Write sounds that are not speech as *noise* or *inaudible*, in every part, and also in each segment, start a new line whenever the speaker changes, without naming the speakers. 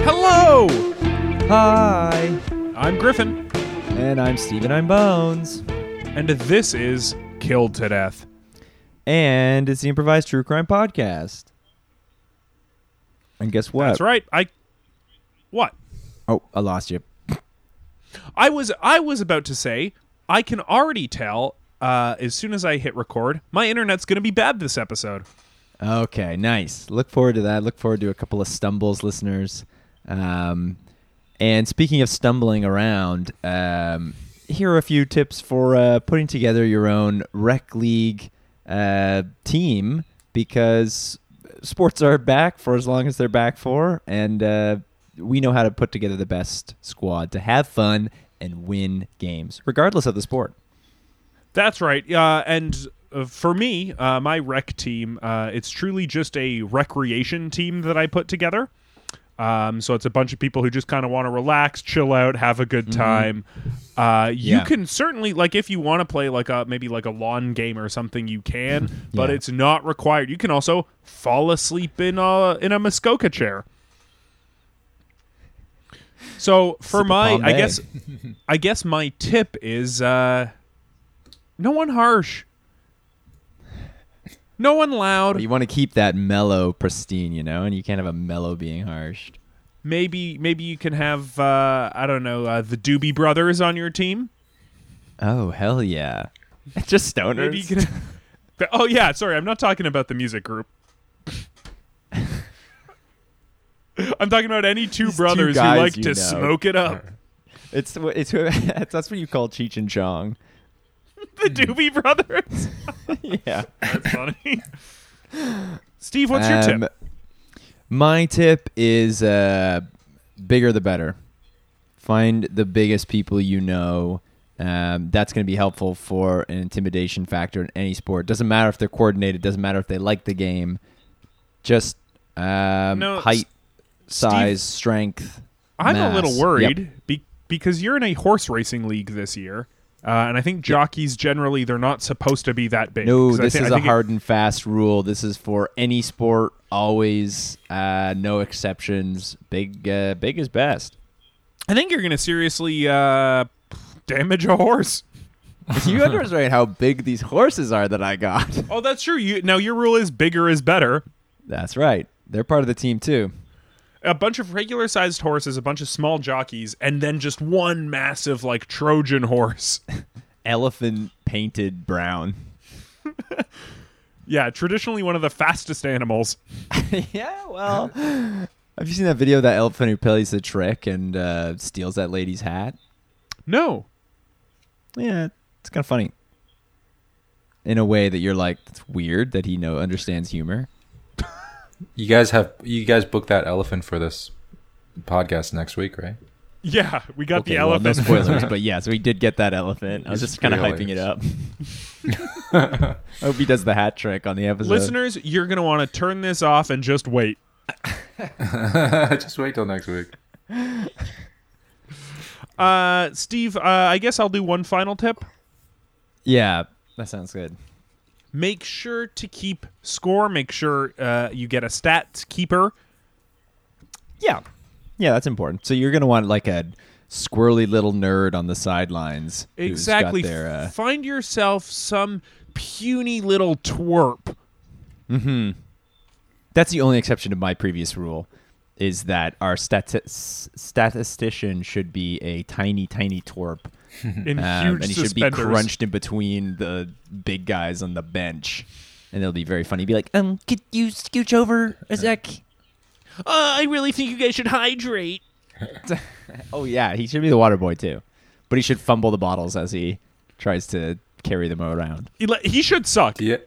Hello!
Hi!
I'm Griffin,
And I'm Steve and I'm Bones.
and this is Killed to Death.
And it's the Improvised True Crime Podcast. And guess what?
That's right. I what?
Oh, I lost you.
I was I was about to say I can already tell uh, as soon as I hit record, my internet's going to be bad this episode.
Okay, nice. Look forward to that. Look forward to a couple of stumbles, listeners. Um, and speaking of stumbling around, um, here are a few tips for uh, putting together your own rec league uh, team because sports are back for as long as they're back for, and uh, we know how to put together the best squad to have fun and win games, regardless of the sport.
That's right. Uh, and uh, for me, uh, my rec team, uh, it's truly just a recreation team that I put together. Um, so it's a bunch of people who just kind of want to relax, chill out, have a good time. Uh, you
Mm-hmm. Yeah.
can certainly like if you want to play like a maybe like a lawn game or something, you can,
*laughs*
but
Yeah.
it's not required. You can also fall asleep in a in a Muskoka chair. So for
Sip a
my, I
Pombe.
guess, I guess my tip is uh, no one harsh, no one
But
loud.
you want to keep that mellow, pristine, you know, and you can't have a mellow being harsh.
Maybe maybe you can have uh, I don't know uh, the Doobie Brothers on your team.
Oh hell yeah! *laughs* Just stoners.
Maybe you can. *laughs* oh yeah, sorry, I'm not talking about the music group. *laughs* I'm talking about any two
These two
brothers who
guys
like to
you know.
smoke
*laughs*
it up.
*laughs* it's it's *laughs* that's what you call Cheech and Chong.
*laughs* The Doobie Brothers. *laughs*
yeah.
That's funny. Steve, what's your
Um,
tip?
My tip is uh, bigger the better. Find the biggest people you know. Um, that's going to be helpful for an intimidation factor in any sport. Doesn't matter if they're coordinated. Doesn't matter if they like the game. Just um,
No,
height,
S-
size, strength.
I'm
mass.
a little
Yep.
worried be- because you're in a horse racing league this year, uh, and I think jockeys generally they're not supposed to be that big.
No,
'Cause I
this
thi- I
is a
think it-
hard and fast rule. This is for any sport, always, uh, no exceptions. Big, uh, big is best.
I think you're going to seriously uh, damage a horse.
*laughs* you underestimate how big these horses are that I got.
Oh, that's true. You now your rule is bigger is better.
*laughs* That's right. They're part of the team too.
A bunch of regular sized horses, a bunch of small jockeys, and then just one massive like Trojan horse. *laughs*
Elephant painted brown.
yeah, traditionally one of the fastest animals.
*laughs* yeah, well, *laughs* have you seen that video of that elephant who plays the trick and uh, steals that lady's hat?
No,
Yeah, it's kind of funny. In a way that you're like, that's weird that he know understands humor.
You guys have you guys booked that elephant for this podcast next week, right?
yeah, we got the
Okay, well,
elephant.
no spoilers, but yes, we did get that elephant. I was
It's
just kind of
pretty
hyping it up. I hope he does the hat trick on the episode.
*laughs* Listeners, you're going to want to turn this off and just wait.
*laughs* Just wait till next week.
Uh, Steve, uh, I guess I'll do one final tip.
Yeah, that sounds good.
Make sure to keep score. Make sure uh, you get a stat keeper.
Yeah, yeah, that's important. So you're gonna want like a squirrely little nerd on the sidelines. who's got
Exactly.
their, uh,
Find
*clears throat*
yourself some puny little twerp.
That's the only exception to my previous rule is that our stati- s- statistician should be a tiny, tiny twerp.
in
Um, and
huge
he should be
suspenders.
crunched in between the big guys on the bench. And it'll be very funny. Be like, um, could you scooch over a sec?
Uh, I really think you guys should hydrate.
Oh yeah, he should be the water boy too, but he should fumble the bottles as he tries to carry them around.
He, le- he should suck.
Do you,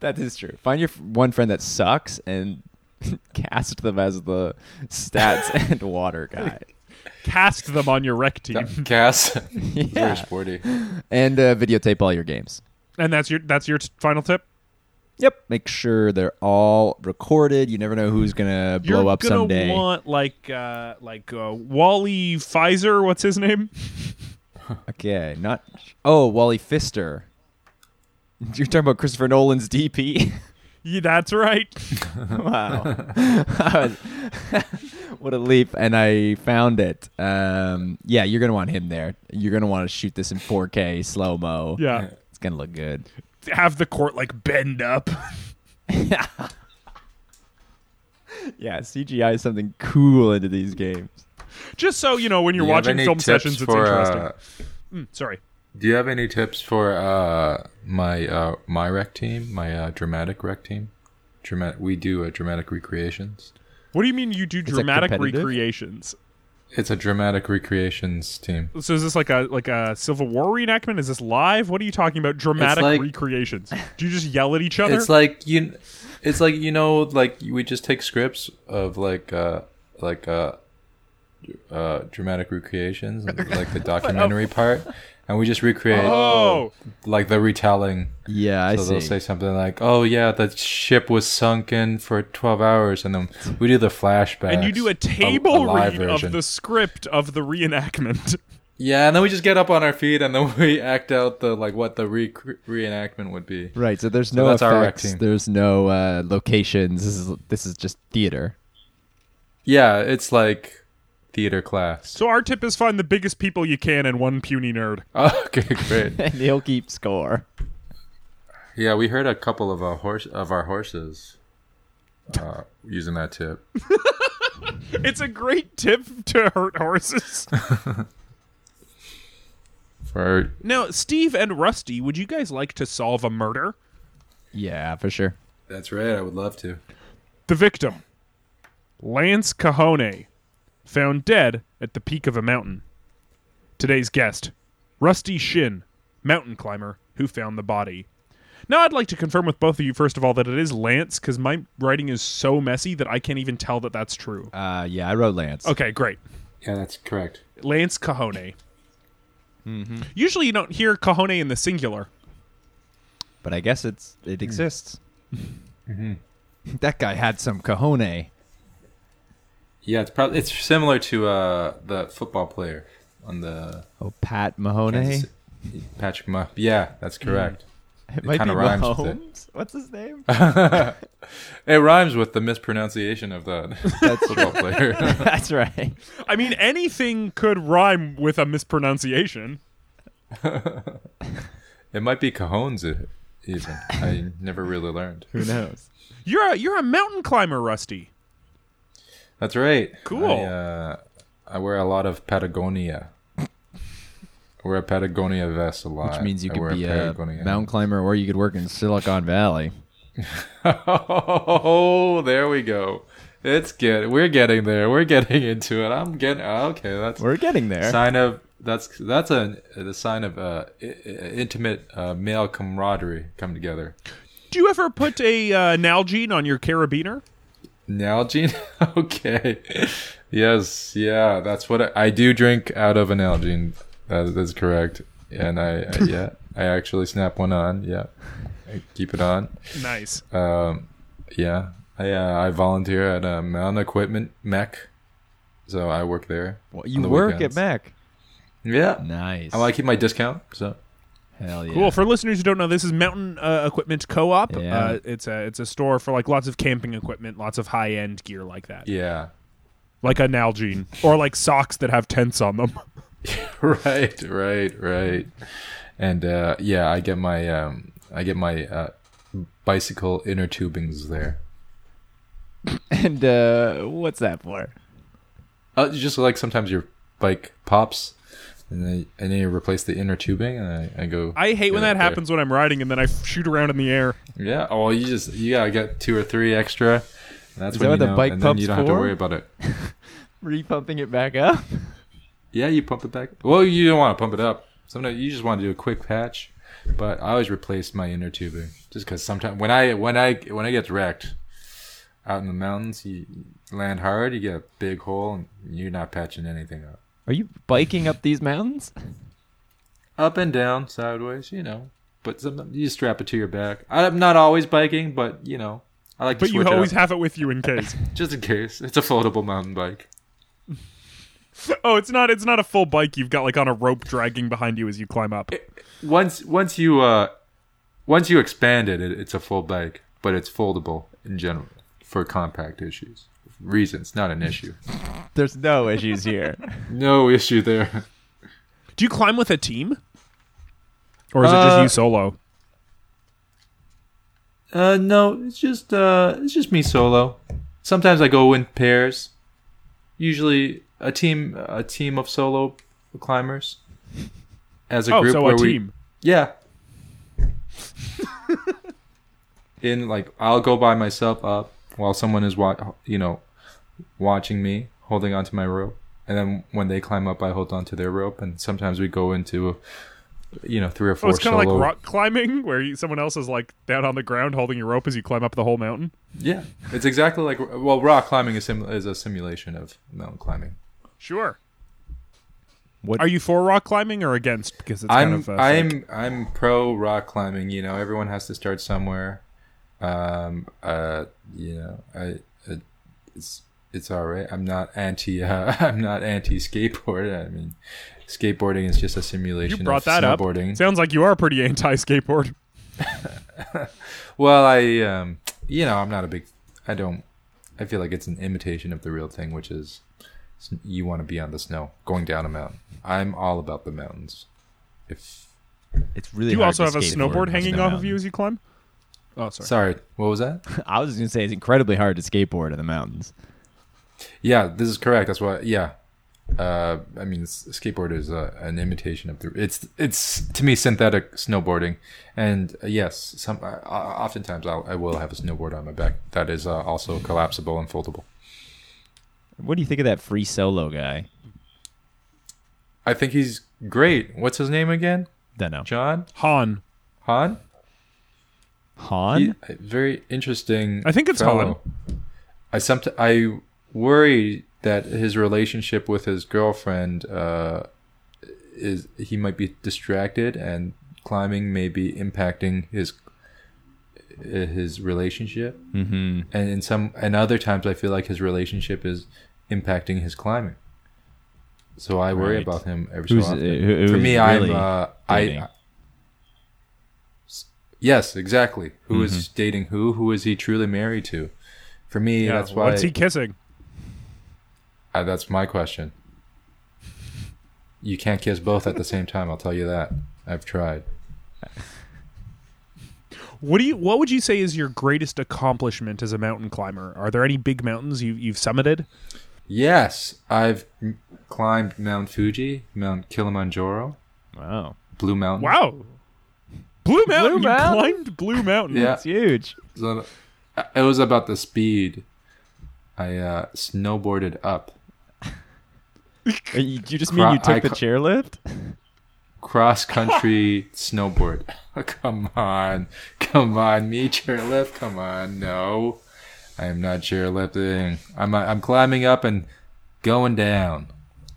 That is true. Find your f- one friend that sucks and *laughs* cast them as the *laughs* stats and water guy,
Cast them on your rec
*laughs*
team,
Cass,
Yeah.
very sporty.
and uh, videotape all your games.
and that's your that's your t- final tip.
Yep. Make sure they're all recorded. You never know who's gonna blow
You're
up
gonna
someday.
want like uh, like uh, Wally Pfizer. What's his name? *laughs*
Okay, not. Oh, Wally Pfister. You're talking about Christopher Nolan's DP.
Yeah, that's right.
*laughs* wow. *laughs* what a leap. And I found it. Um, yeah, you're going to want him there. You're going to want to shoot this in 4K slow mo. *laughs*
Yeah,
It's going to look good.
have the court like bend up. *laughs*
Yeah, CGI is something cool into these games.
Just so you know, when you're
Do you have
watching
any
film
tips
sessions, it's
for,
interesting.
uh,
Mm, sorry.
do you have any tips for uh, my uh, my rec team, my uh, dramatic rec team? Dramatic, we do uh, dramatic recreations.
What do you mean you do
that
dramatic
competitive?
recreations?
It's a dramatic recreations team.
So is this like a like a Civil War reenactment? Is this live? What are you talking about? Dramatic
like-
recreations? Do you just yell at each other?
It's like you, it's like you know, like we just take scripts of like uh, like uh, uh,
*laughs*
dramatic recreations, and, like the documentary part, and we just recreate
oh,
like the retelling.
Yeah, I
So
see.
they'll say something like, "Oh yeah, the ship was sunken for 12 hours," and then we do the flashback.
and you do a table read of the script of the reenactment. *laughs*
yeah, and then we just get up on our feet and then *laughs* we act out the like what the re- reenactment would be.
right, so there's no
that's our rec
effects.
team.
There's no uh, locations. This is this is just theater. *laughs*
Yeah, it's like theater class. *laughs*
So our tip is find the biggest people you can and one puny nerd.
okay, great.
And he'll keep score.
Yeah, we heard a couple of our horse of our horses uh, using that tip.
It's a great tip *laughs* to hurt
*laughs*
horses.
For
now, Steve and Rusty, would you guys like to solve a murder?
Yeah, for sure.
that's right, I would love to.
The victim, Lance Cajone, found dead at the peak of a mountain. Today's guest, Rusty Shin, mountain climber who found the body. Now, I'd like to confirm with both of you, first of all, that it is Lance, because my writing is so messy that I can't even tell that that's true.
Uh, yeah, I wrote Lance.
Okay, great.
Yeah, that's correct.
Lance Cajone. Usually you don't hear Cajone in the singular.
but I guess it's it *laughs* exists. *laughs* that guy had some cojone.
Yeah, it's probably it's similar to uh, the football player on the
Oh, Pat Mahoney.
Kansas- Patrick Mah. Yeah, that's correct.
It might be
kinda rhymes with it.
Mahomes. What's his name? *laughs*
It rhymes with the mispronunciation of the *laughs* football player. *laughs*
That's right.
I mean, anything could rhyme with a mispronunciation.
it might be Cajones e- even. I never really learned.
Who knows?
You're a, you're a mountain climber, Rusty.
That's right.
Cool.
I, uh, I wear a lot of Patagonia. I wear a Patagonia vest a lot.
Which means you
I
could
wear
be a
Patagonia-
mountain climber, or you could work in Silicon Valley.
*laughs* Oh, there we go. It's good. We're getting there. We're getting into it. I'm getting okay. That's
We're getting there.
sign of that's that's a the sign of uh, i- i- intimate uh, male camaraderie come together.
Do you ever put a uh, Nalgene on your carabiner?
Nalgene? *laughs* okay. Yes, yeah, that's what I, I do drink out of an Nalgene. That, that's correct. And I,
*laughs*
I yeah, I actually snap one on. Yeah, I keep it on.
Nice.
Um, yeah, I uh, I volunteer at uh, Mountain Equipment Mech, so I work there.
Well,
on
you
the
work
weekends.
at Mac.
Yeah,
Nice.
I want to keep my discount. So
Hell yeah.
Cool. For listeners who don't know, this is Mountain uh, Equipment Co-op.
Yeah.
Uh, it's a it's a store for like lots of camping equipment, lots of high end gear like that,
yeah, *laughs*
like a Nalgene or like socks that have tents on them. *laughs*
right, right, right. And uh, yeah, I get my um, I get my uh, bicycle inner tubings there.
And uh, what's that for?
Uh, just like sometimes your bike pops, and then and then you replace the inner tubing, and I, I go.
I hate when
get
that
up there.
happens when I'm riding and then I f- shoot around in the air.
Yeah. Oh, you just you gotta get two or three extra. and that's
Is
when
that what
you
the
know,
bike
and then
pumps
you don't have to
for?
worry about it.
Repumping it back up.
Yeah, you pump it back. Well, you don't want to pump it up. Sometimes you just want to do a quick patch. But I always replace my inner tubing just because sometimes when I when I when I get wrecked out in the mountains, you land hard, you get a big hole, and you're not patching anything up.
Are you biking up these mountains?
Up and down, sideways, you know. But sometimes you strap it to your back. I'm not always biking, but you know, I like.
But
to
you
switch it
always
up,
have it with you in
*laughs*
case.
just in case. It's a foldable mountain bike.
oh, it's not it's not a full bike you've got like on a rope dragging behind you as you climb up.
once once you uh once you expand it, it it's a full bike but it's foldable in general for compact issues reasons not an issue
*laughs* There's no issues *laughs* here.
no issue there
Do you climb with a team? Or is it just
Uh,
you solo?
uh no it's just uh it's just me solo sometimes i go in pairs usually a team a team of solo climbers as a
Oh,
group
so
where
a
we-
team. *laughs*
Yeah. In like I'll go by myself up while someone is wa- you know watching me holding onto my rope and then when they climb up I hold onto their rope and sometimes we go into you know three or
Oh,
four
it's kind of like
solo-
rock climbing, where you, someone else is like down on the ground holding your rope as you climb up the whole mountain.
Yeah. It's exactly like well rock climbing is, sim- is a simulation of mountain climbing.
Sure.
What-
Are you for rock climbing or against? Because it's kind
I'm
of. Uh,
I'm I'm pro rock climbing. You know, everyone has to start somewhere. Um, uh, you know, I it, it's it's all right. I'm not anti. *laughs* Uh, I'm not anti skateboard. I mean, skateboarding is just a
you
simulation.
brought
of
that up.
snowboarding.
Sounds like you are pretty anti-skateboard.
Well, I um, you know, I'm not a big. I don't. I feel like it's an imitation of the real thing, which is s- you want to be on the snow, going down a mountain. I'm all about the mountains. If
It's really.
Do you
hard
also
to
have a
skateboard
snowboard
on
hanging
snow
off of you
mountains.
as you climb? Oh, sorry.
sorry, what was that?
I was gonna say it's incredibly hard to skateboard in the mountains.
Yeah, this is correct. That's why. Yeah, uh, I mean, s- skateboard is uh an imitation of the. It's it's to me synthetic snowboarding, and uh, yes, some uh, oftentimes I'll, I will have a snowboard on my back that is uh, also collapsible and foldable.
What do you think of that free solo guy?
I think he's great. What's his name again?
Don't know.
John
Han.
Han.
Han.
He- uh, very interesting.
I think it's
fellow. I somet- I worry that his relationship with his girlfriend uh, is he might be distracted and climbing may be impacting his uh, his relationship. Mm-hmm. And in some and other times, I feel like his relationship is impacting his climbing. So I worry
Right.
about him every
Who's-
so often.
uh, who-
For
who's
me,
really
I'm uh,
dating?
I. Yes, exactly. Who is
Mm-hmm.
dating who? Who is he truly married to? For me,
Yeah,
that's why.
What's he kissing?
I- that's my question. You can't kiss both at the same time. I'll tell you that. I've tried.
What do you? What would you say is your greatest accomplishment as a mountain climber? Are there any big mountains you, you've summited?
Yes, I've m- climbed Mount Fuji, Mount Kilimanjaro,
Wow,
Blue Mountain.
Wow. Blue Mountain.
Mountain?
You climbed Blue Mountain.
Yeah.
it's huge.
So, uh, it was about the speed. I uh, snowboarded up,
Uh, You you just mean you
Cro- I
took the
ca-
chairlift?
cross country snowboard. *laughs* come on, come on, me chairlift. Come on, no, I am not chairlifting. I'm I'm climbing up and going down.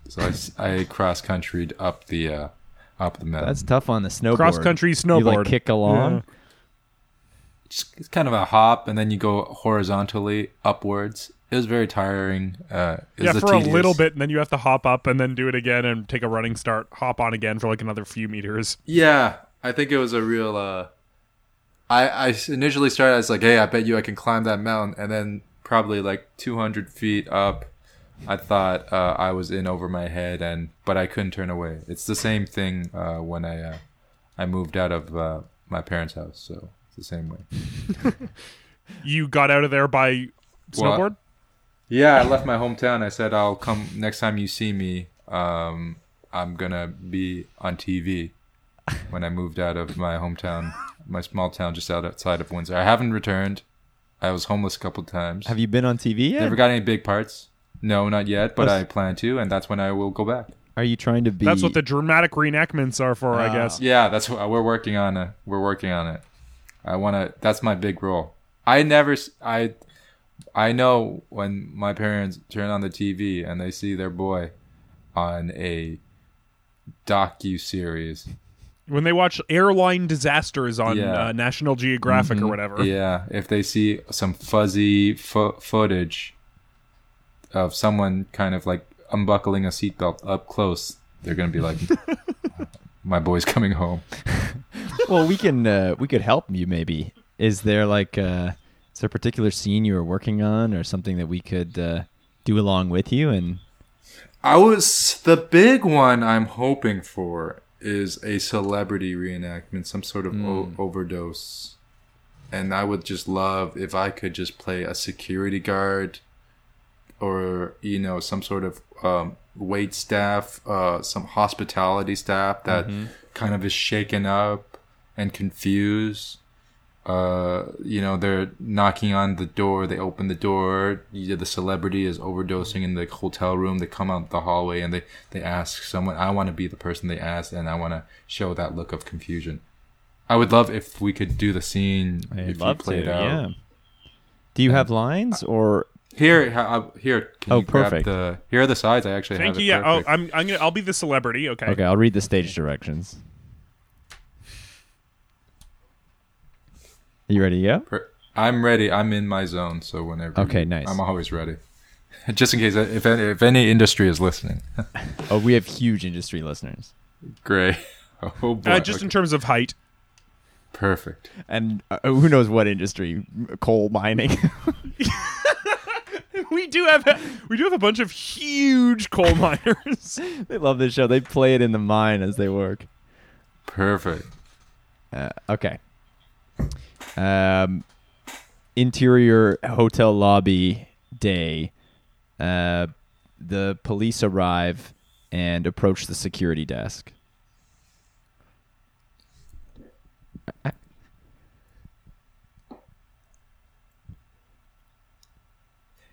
So I, s- I cross countryed up the uh, up the mountain.
That's tough on the snowboard.
Cross country
You like
snowboard.
kick along.
just it's kind of a hop, and then you go horizontally upwards. It was very tiring. Uh, it
Yeah,
was
for a
tedious-
little bit, and then you have to hop up and then do it again and take a running start, hop on again for like another few meters.
Yeah, I think it was a real. Uh, I I s- initially started as like, hey, I bet you I can climb that mountain, and then probably like 200 feet up, I thought uh, I was in over my head, and but I couldn't turn away. It's the same thing uh, when I uh, I moved out of uh, my parents' house, so It's the same way.
You got out of there by
Well,
snowboard?
Yeah, I left my hometown. I said I'll come next time you see me. Um, I'm gonna be on TV when I moved out of my hometown, my small town just out outside of Windsor. I haven't returned. I was homeless a couple times.
Have you been on TV yet?
Never got any big parts. No, not yet, but
Us-
I plan to, and that's when I will go back.
Are you trying to be?
That's what the dramatic reenactments are for, I guess.
Yeah, that's what we're working on. It. We're working on it. I want to. That's my big role. I never. s- I. I know when my parents turn on the TV and they see their boy on a docu series.
When they watch airline disasters on
Yeah.
uh, National Geographic or whatever.
Yeah, if they see some fuzzy fo- footage of someone kind of like unbuckling a seatbelt up close, they're gonna be like, "My boy's coming home."
well, we can uh, we could help you maybe. Is there like uh, is there a particular scene you were working on or something that we could uh, do along with you? And
I was the big one I'm hoping for is a celebrity reenactment, some sort of o- overdose. And I would just love if I could just play a security guard or, you know, some sort of um, wait staff, uh, some hospitality staff that kind of is shaken up and confused uh, you know, they're knocking on the door. They open the door. Either the celebrity is overdosing in the hotel room. They come out the hallway and they, they ask someone, I want to be the person they asked and I want to show that look of confusion. I would love if we could do the scene. if you play it out.
Yeah. Do you have lines or
Here, ha- uh, here. Can
Oh,
you grab
perfect.
The, here are the sides. I actually
Thank
have
you.
it
Yeah. Oh,
perfect.
I'm, I'm gonna. I'll be the celebrity. Okay. Uh,
okay? I'll read the stage directions. You ready to go?
Per- I'm ready. I'm in my zone. So whenever.
Okay, nice.
I'm always ready. *laughs* Just in case, if any, if any industry is listening. *laughs*
Oh, we have huge industry listeners.
Great. *laughs* Oh boy.
Uh, just
Okay.
in terms of height. *laughs*
Perfect.
And uh, who knows what industry? Coal mining. *laughs*
We do have a, we do have a bunch of huge coal *laughs* miners.
they love this show. They play it in the mine as they work.
Perfect.
Okay. Um, interior hotel lobby day. Uh, the police arrive and approach the security desk.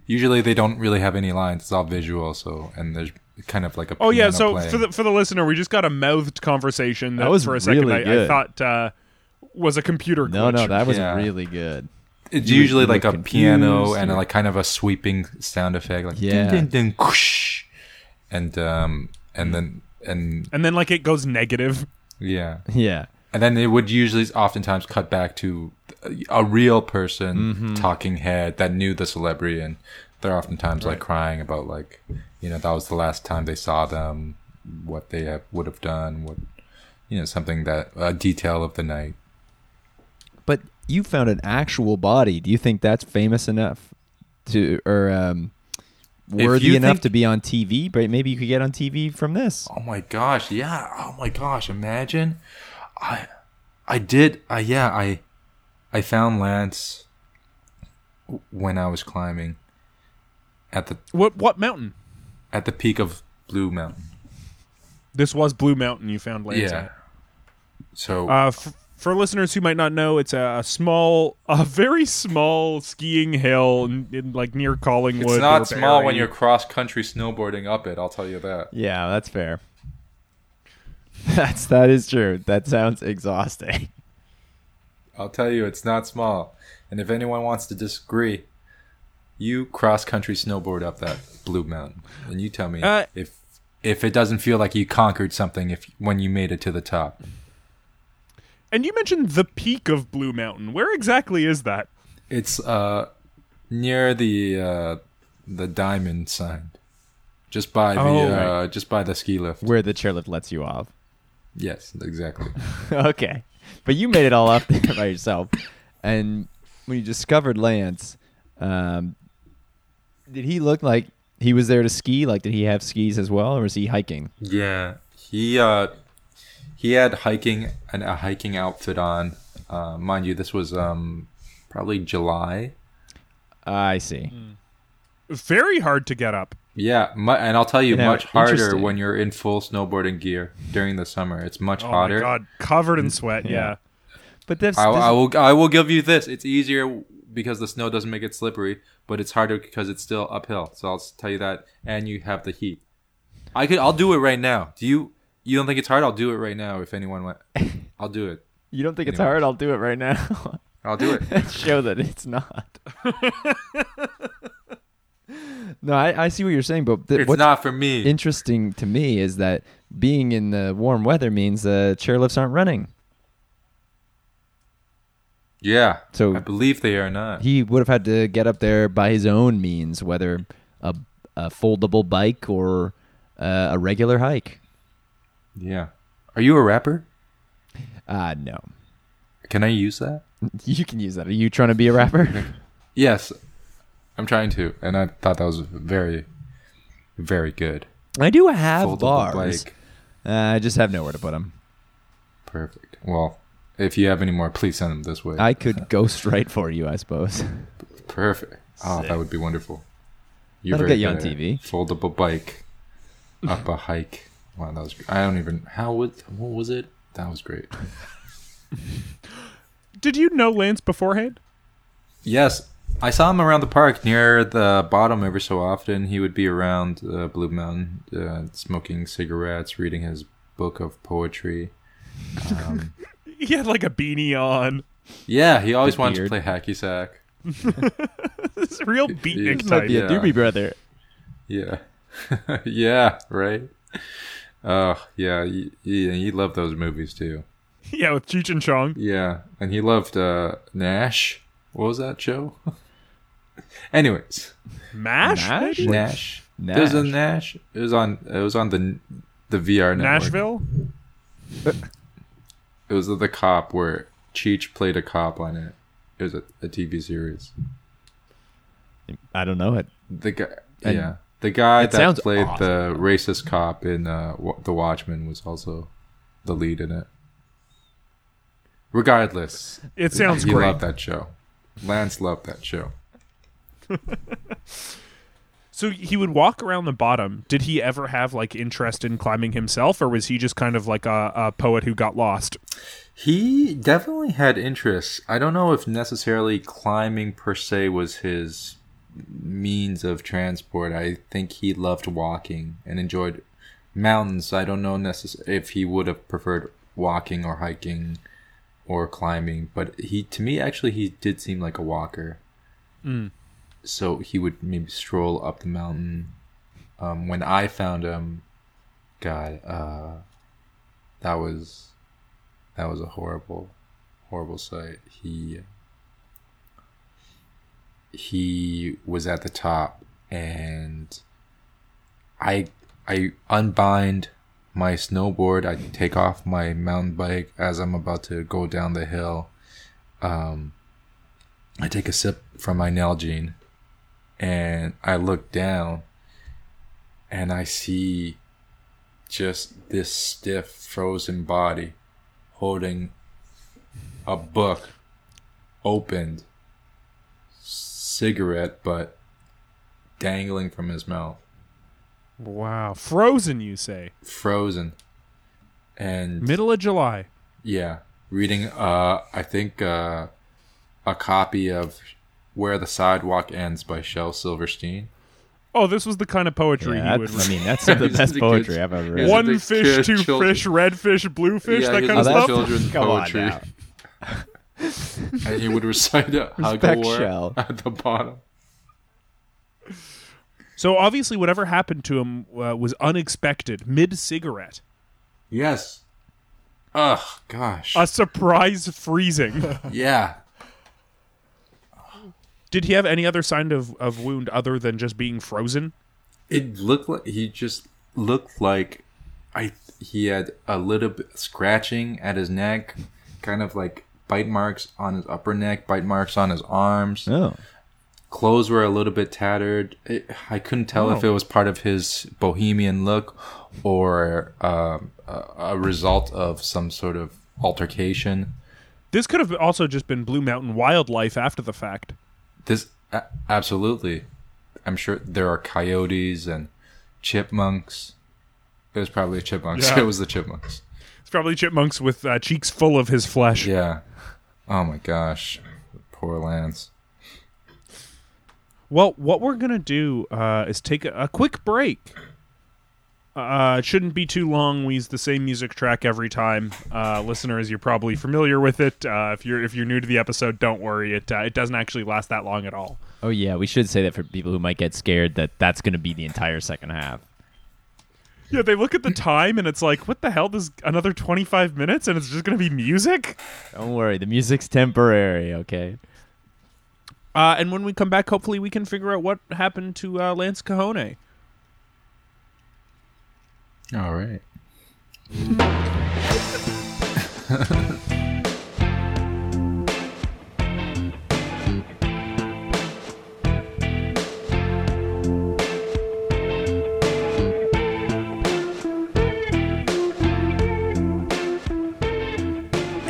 Usually they don't really have any lines. It's all visual. So and there's kind of like a
Oh yeah.
piano
So
playing.
for the for the listener, we just got a mouthed conversation that,
That was
for a second
really
I, I
good.
thought uh, was a computer glitch.
No, no, that was
Yeah.
really good. *laughs*
it's
you-
usually
you
like a
look
piano
confused,
and
you-
like kind of a sweeping sound effect, like
Yeah.
ding, ding, ding, whoosh. and um and then and
and then like it goes negative.
yeah,
Yeah.
and then it would usually oftentimes cut back to a- a real person talking head that knew the celebrity, and they're oftentimes like crying about like you know that was the last time they saw them, what they have, would have done, what you know something that a detail of the night.
But you found an actual body. Do you think that's famous enough to, or um, worthy
you
enough
think-
to be on TV? But maybe you could get on TV from this.
Oh my gosh, yeah. Oh my gosh, imagine. I I did I yeah, I I found Lance w- when I was climbing at the
What what mountain?
at the peak of Blue Mountain.
This was Blue Mountain. You found Lance.
Yeah.
at.
So
Uh, f- for listeners who might not know, it's a, a small, *laughs* a very small skiing hill in, in, like near Collingwood.
it's not
or
small
Barrie.
when you're cross country snowboarding up it, I'll tell you that.
Yeah, that's fair. *laughs* That's that is true. That sounds exhausting. *laughs*
I'll tell you it's not small. And if anyone wants to disagree, you cross country snowboard up that blue mountain, and you tell me
Uh,
if if it doesn't feel like you conquered something if when you made it to the top.
And you mentioned the peak of Blue Mountain. Where exactly is that?
It's uh near the uh the diamond sign, just by the
Oh.
uh, just by the ski lift.
Where the chairlift lets you off. *laughs*
Yes, exactly.
okay. But you made it all up *laughs* by yourself. And when you discovered Lance, um, did he look like he was there to ski? Like, did he have skis as well, or was he hiking?
Yeah, he uh, he had hiking and a hiking outfit on, Uh, mind you, this was um, probably July.
I see.
Very hard to get up.
Yeah, mu- and I'll tell you,
Yeah,
much harder
interesting.
when you're in full snowboarding gear during the summer. It's much
Oh
hotter.
my god, covered in sweat. Yeah.
But that's
I,
this-
I will. I will give you this. It's easier because the snow doesn't make it slippery, but it's harder because it's still uphill. So I'll s- tell you that. And you have the heat. I could. I'll do it right now. Do you? You don't think it's hard? I'll do it right now. If anyone went, I'll do it.
you don't think it's
Anyway.
hard? I'll do it right now. *laughs*
I'll do it.
Show that it's not. *laughs* no, I, I see what you're saying, but th-
It's
what's
not for me.
interesting to me is that being in the warm weather means the chairlifts aren't running.
yeah.
So-
I believe they are not.
He would have had to get up there by his own means, whether a, a foldable bike or uh, a regular hike.
yeah. Are you a rapper?
Ah, no. *laughs*
Can I use that?
You can use that. Are you trying to be a rapper?
*laughs* Yes. I'm trying to, and I thought that was very, very good.
I do have
Foldable
bars.
bike.
Uh, I just have nowhere to put them.
Perfect. Well, if you have any more, please send them this way.
I could
*laughs*
ghost write for you, I suppose. *laughs*
Perfect. Oh, that would be wonderful. You're
That'll
very
get you on
good at
TV.
it. Foldable bike, up a hike. Wow, that was. Great. I don't even. How was? What was it? That was great.
Did you know Lance beforehand? *laughs*
Yes, I saw him around the park near the bottom every so often. He would be around uh, Blue Mountain, uh, smoking cigarettes, reading his book of poetry.
He had like a beanie on. *laughs*
Yeah, he always wanted
beard.
to play hacky sack.
It's a real beatnik
It's
type.
Be a
Yeah.
Doobie Brother.
Yeah. *laughs* yeah, right? Oh, yeah. He, he, he loved those movies too.
Yeah, with Cheech and Chong.
Yeah, and he loved uh, Nash. What was that show? *laughs* Anyways,
Mash?
Mash?
maybe?
Nash. There's a
Nash.
Nash. It was on. It was on the the VR network.
Nashville?
It was the cop where Cheech played a cop on it. It was a, a TV series.
I don't know it.
The guy.
And
yeah. The guy
it
that
sounds
played
awesome.
the racist cop in uh, Wa- The Watchmen was also the lead in it. Regardless,
It sounds
he
great.
loved that show. Lance loved that show.
So he would walk around the bottom. Did he ever have like interest in climbing himself, or was he just kind of like a, a poet who got lost?
He definitely had interests. I don't know if necessarily climbing per se was his means of transport. I think he loved walking and enjoyed mountains. I don't know necess- if he would have preferred walking or hiking or climbing, but he to me actually he did seem like a walker. So he would maybe stroll up the mountain. Um, when I found him, God, uh, that was that was a horrible, horrible sight. He he was at the top, and I I unbind my snowboard. I take off my mountain bike as I'm about to go down the hill. Um, I take a sip from my Nalgene, and I look down, and I see just this stiff, frozen body holding a book opened cigarette butt dangling from his mouth
Wow, frozen, you say?
frozen and
Middle of July.
yeah reading uh i think uh a copy of where the sidewalk ends by shel silverstein
Oh, this was the kind of poetry
Yeah,
he would.
that's- I
Read.
mean, that's some of the
He's
best
the
poetry
kid's-
I've ever
he's
read.
the
One
kid-
fish, two
children.
fish, red fish, blue fish, that
he
kind
was
of
a
that's-
stuff.
children's
Come on
poetry
now.
and he would recite a hug
Respect
war
Shel.
at the bottom
So obviously, whatever happened to him uh, was unexpected. Mid cigarette,
yes ugh gosh
a surprise freezing.
yeah
Did he have any other sign of, of wound other than just being frozen?
It looked like he just looked like I he had a little bit scratching at his neck, kind of like bite marks on his upper neck, bite marks on his arms.
Oh,
Clothes were a little bit tattered. It, I couldn't tell if it was part of his bohemian look or um, a, a result of some sort of altercation.
This could have also just been Blue Mountain wildlife after the fact.
This a- absolutely. I'm sure there are coyotes and chipmunks. It was probably chipmunks. *laughs*
Yeah.
It was the chipmunks.
It's probably chipmunks with uh, cheeks full of his flesh.
Yeah. Oh my gosh. Poor Lance.
Well, what we're gonna do uh, is take a, a quick break. Uh, it shouldn't be too long. We use the same music track every time. Uh, listeners, you're probably familiar with it. Uh, if you're if you're new to the episode, don't worry. It uh, it doesn't actually last that long at all.
Oh yeah, we should say that for people who might get scared that that's going to be the entire second half.
Yeah, they look at the time and it's like, what the hell? This another 25 minutes and it's just gonna be music.
Don't worry, the music's temporary. Okay.
Uh, and when we come back, hopefully we can figure out what happened to uh, Lance Cajone.
All right.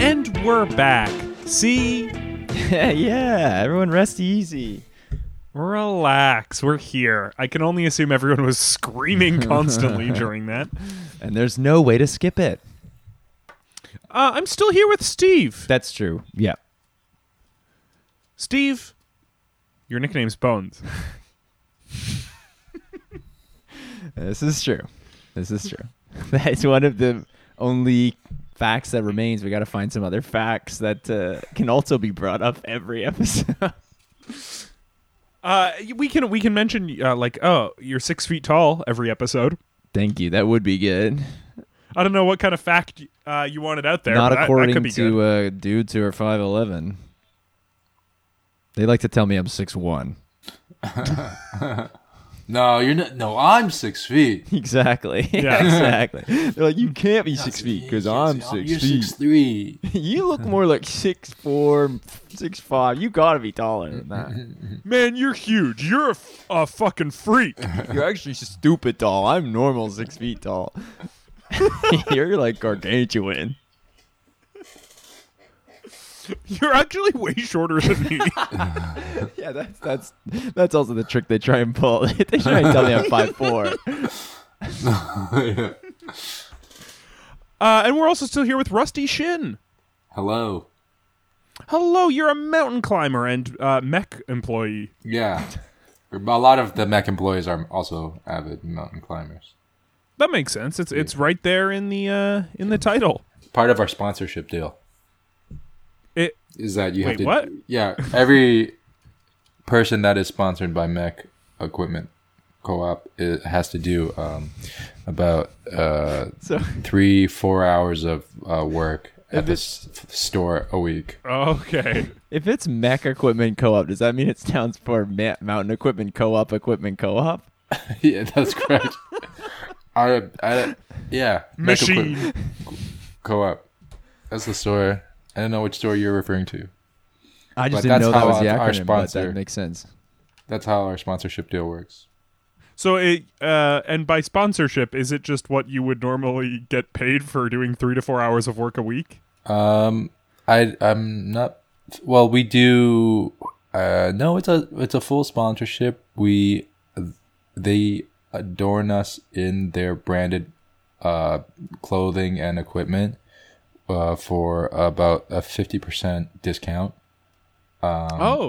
And we're back. See,
*laughs* yeah, everyone rest easy.
relax. We're here. I can only assume everyone
*laughs*
was screaming constantly during that.
And there's no way to skip it.
Uh, I'm still here with Steve.
That's true. Yeah.
Steve, your nickname's Bones.
This is true. This is true. *laughs* That's one of the only facts that remains. We got to find some other facts that uh, can also be brought up every *laughs* episode.
Uh, we can we can mention uh, like oh you're six feet tall every episode.
Thank you. That would be good.
I don't know what kind of fact uh, you wanted out there.
Not
but that- that
according
could be
to
good.
uh, dudes who are five eleven. They like to tell me I'm six one. *laughs*
No, you're not. No, I'm six feet.
Exactly. *laughs*
Yeah.
exactly. They're like, *laughs* you can't be six feet because I'm
You're
6 feet. *laughs*
three.
you look more like six four, six five. You gotta be taller than *laughs* that.
man, you're huge. You're a, f- a fucking freak.
*laughs* You're actually stupid tall. I'm normal six feet tall. *laughs* You're like gargantuan.
You're actually way shorter than
*laughs*
me.
Yeah, that's that's that's also the trick they try and pull. *laughs* they try and tell me I'm five *laughs* four.
uh, and we're also still here with Rusty Shin.
Hello.
Hello, you're a mountain climber and uh, mech employee.
Yeah.
*laughs*
A lot of the mech employees are also avid mountain climbers.
That makes sense. It's it's right there in the uh, in the title.
Part of our sponsorship deal
It
is that you have
Wait,
to.
what?
Yeah. Every person that is sponsored by Mech Equipment Co-op it has to do um, about uh,
*laughs*
So
three, four hours of uh, work at the
it's-
s- store a week. *laughs*
okay.
if it's mech equipment co-op, does that mean it stands for Ma- mountain equipment co-op equipment co-op?
yeah, that's
*laughs*
correct. I, I, yeah, Mech
Machine.
Equip- Co-op. That's the store. I don't know which store you're referring to.
I just didn't
But that's
know that
how
was the
our- our
acronym, but
sponsor-
that makes sense.
That's how our sponsorship deal works.
So it uh, and by sponsorship, is it just what you would normally get paid for doing three to four hours of work a week?
Um, I I'm not. Well, we do. Uh, no, it's a it's a full sponsorship. We they adorn us in their branded uh clothing and equipment uh for about a fifty percent discount,
oh,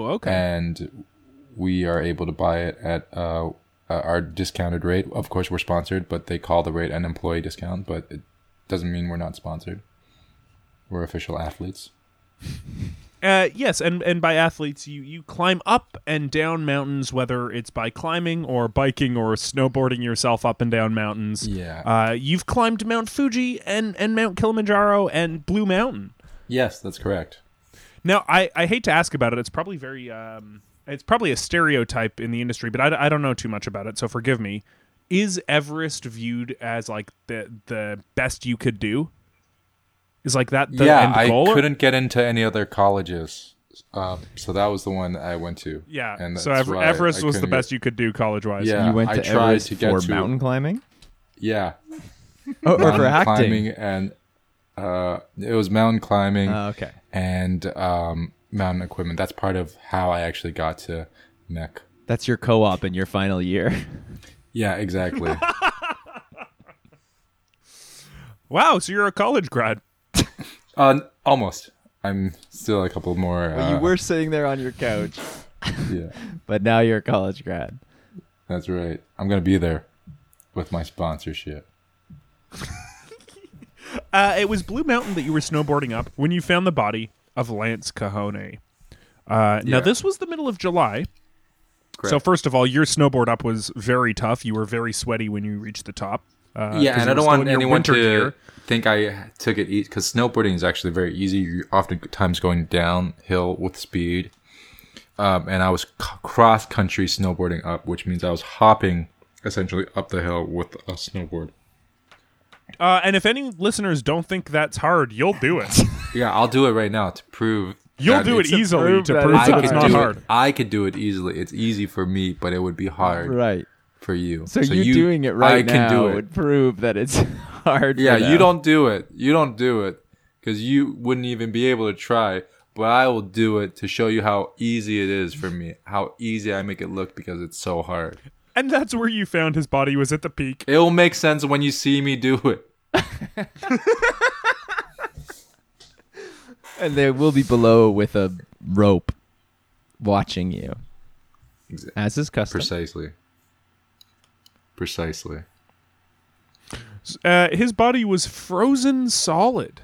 uh,
okay.
and we are able to buy it at uh. Uh, our discounted rate. Of course, we're sponsored, but they call the rate an employee discount. But it doesn't mean we're not sponsored. We're official athletes.
Uh, yes, and and by athletes, you you climb up and down mountains, whether it's by climbing or biking or snowboarding yourself up and down mountains.
Yeah.
Uh, you've climbed Mount Fuji and and Mount Kilimanjaro and Blue Mountain.
Yes, that's correct.
Now, I, I hate to ask about it. It's probably very um, it's probably a stereotype in the industry, but I, I don't know too much about it, so forgive me. Is Everest viewed as like the the best you could do? Is like that the
yeah,
end goal?
I couldn't get into any other colleges, um, so that was the one I went to.
yeah,
and
so
that's
Ever-
why
Everest
I
was the
couldn't
best
Get,
you could do college wise.
Yeah,
you went
I
to
tried
Everest
to get
for
to-
mountain climbing
yeah,
oh, or for
mountain
acting.
climbing and uh, uh, it was mountain climbing
Oh, okay.
and um, mountain equipment. That's part of how I actually got to mech.
That's your co-op in your final year. *laughs*
Yeah,
*laughs*
exactly.
Wow, so you're a college grad.
uh, almost. I'm still a couple more. Uh,
you were sitting there on your couch,
Yeah,
but now you're a college grad.
that's right. I'm gonna be there with my sponsorship.
Uh, it was Blue Mountain that you were snowboarding up when you found the body of Lance Cajone. Uh, Now,
Yeah.
this was the middle of July. So,
Correct.
first of all, your snowboard up was very tough. You were very sweaty when you reached the top. Uh, 'cause
yeah, and
it was
I don't
still
want
in your
anyone
winter
to
gear.
think I took it easy because snowboarding is actually very easy. You're oftentimes going downhill with speed, um, and I was cross country snowboarding up, which means I was hopping essentially up the hill with a snowboard.
Uh, and if any listeners don't think that's hard, you'll do
*laughs*
it.
Yeah, I'll do it right now to prove.
You'll
that
do it
it's-
easily
prove
to
that
prove
it's
I
that
could
it's
do
not
it.
hard.
I could do it easily. It's easy for me, but it would be hard
Right.
for you.
So, you, doing it right
I
now
can do it.
would prove that it's *laughs* hard. for
Yeah,
them.
you don't do it. You don't do it because you wouldn't even be able to try. But I will do it to show you how easy it is for me. How easy I make it look because it's so hard.
And that's where you found his body was at the peak.
It will make sense when you see me do it.
And they will be below with a rope, watching you,
Exa-
as is custom.
Precisely. Precisely.
Uh, his body was frozen solid.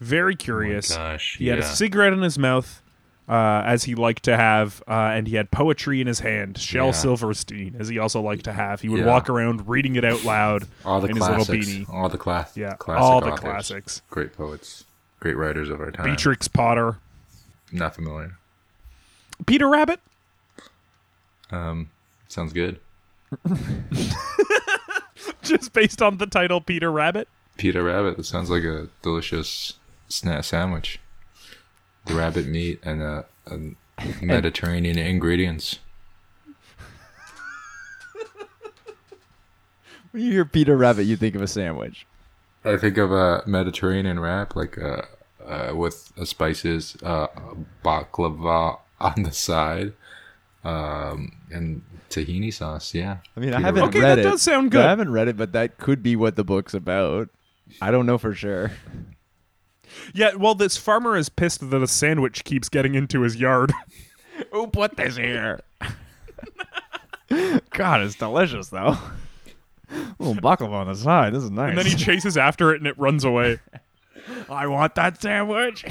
Very curious.
Oh gosh,
he had a
yeah.
cigarette in his mouth, uh, as he liked to have, uh, and he had poetry in his hand. Shel
Yeah.
Silverstein, as he also liked to have. He would
Yeah.
walk around reading it out loud
All the
in his
classics.
little beanie.
All the class.
Yeah,
Classic
all the
authors.
classics.
Great poets. Great writers of our time.
Beatrix Potter,
Not familiar.
Peter Rabbit. *laughs*
Um, sounds good.
Just based on the title, Peter Rabbit.
Peter Rabbit. That sounds like a delicious snack sandwich. The rabbit meat and uh and Mediterranean ingredients.
When you hear Peter Rabbit, you think of a sandwich.
I think of a Mediterranean wrap, like uh, uh with uh, spices, uh, baklava on the side, um, and tahini sauce. Yeah,
I mean, I
Peter
haven't
Rabbit.
Okay,
read
that
it.
does sound
but
good.
I haven't read it, but that could be what the book's about. I don't know for sure.
Yeah, well, this farmer is pissed that a sandwich keeps getting into his yard. *laughs*
Who put this here? God, it's delicious though. *laughs* Little baklava on the side. This is nice.
And then he chases after it and it runs away.
I want that sandwich.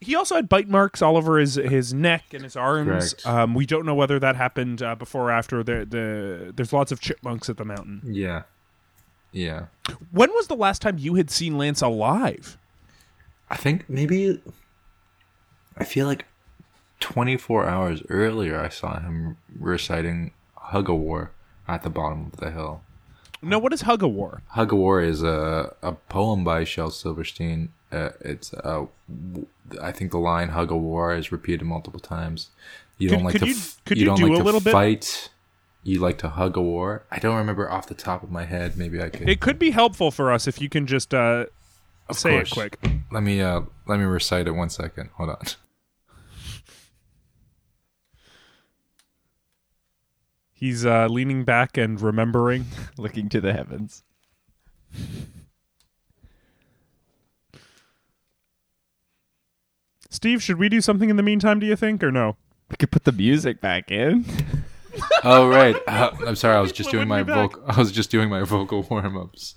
He also had bite marks all over his, his neck and his arms.
Correct.
Um, we don't know whether that happened uh, before or after. The, the, there's lots of chipmunks at the mountain.
Yeah, yeah.
When was the last time you had seen Lance alive?
I think maybe I feel like 24 hours earlier I saw him reciting Hug a War at the bottom of the hill.
No, what is Hug a War?
Hug a War is a, a poem by Shel Silverstein. Uh, it's uh, w- I think the line Hug a War is repeated multiple times. You
Could-
don't like
could
to
you-
f-
could
you,
you
don't
do
like
a
to
little bit?
fight. You like to hug a war. I don't remember off the top of my head. Maybe I could
It could be helpful for us if you can just uh,
of
say
course.
it quick.
Let me uh let me recite it one second. Hold on.
He's uh, leaning back and remembering.
Looking to the heavens.
Steve, should we do something in the meantime, do you think, or no?
We could put the music back in.
Oh right. Uh, I'm sorry. I was just
It
doing my
wouldn't be back.
vocal. I was just doing my vocal warm ups.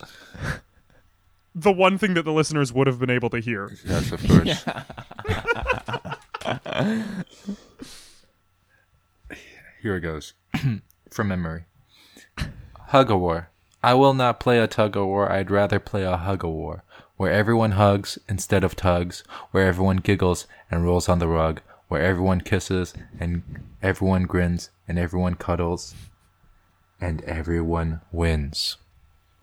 The one thing that the listeners would have been able to hear.
Yes, of course. *laughs* Here it goes. *clears throat* From memory. Hug a war. I will not play a tug of war. I'd rather play a hug a war, where everyone hugs instead of tugs, where everyone giggles and rolls on the rug, where everyone kisses and everyone grins and everyone cuddles, and everyone wins.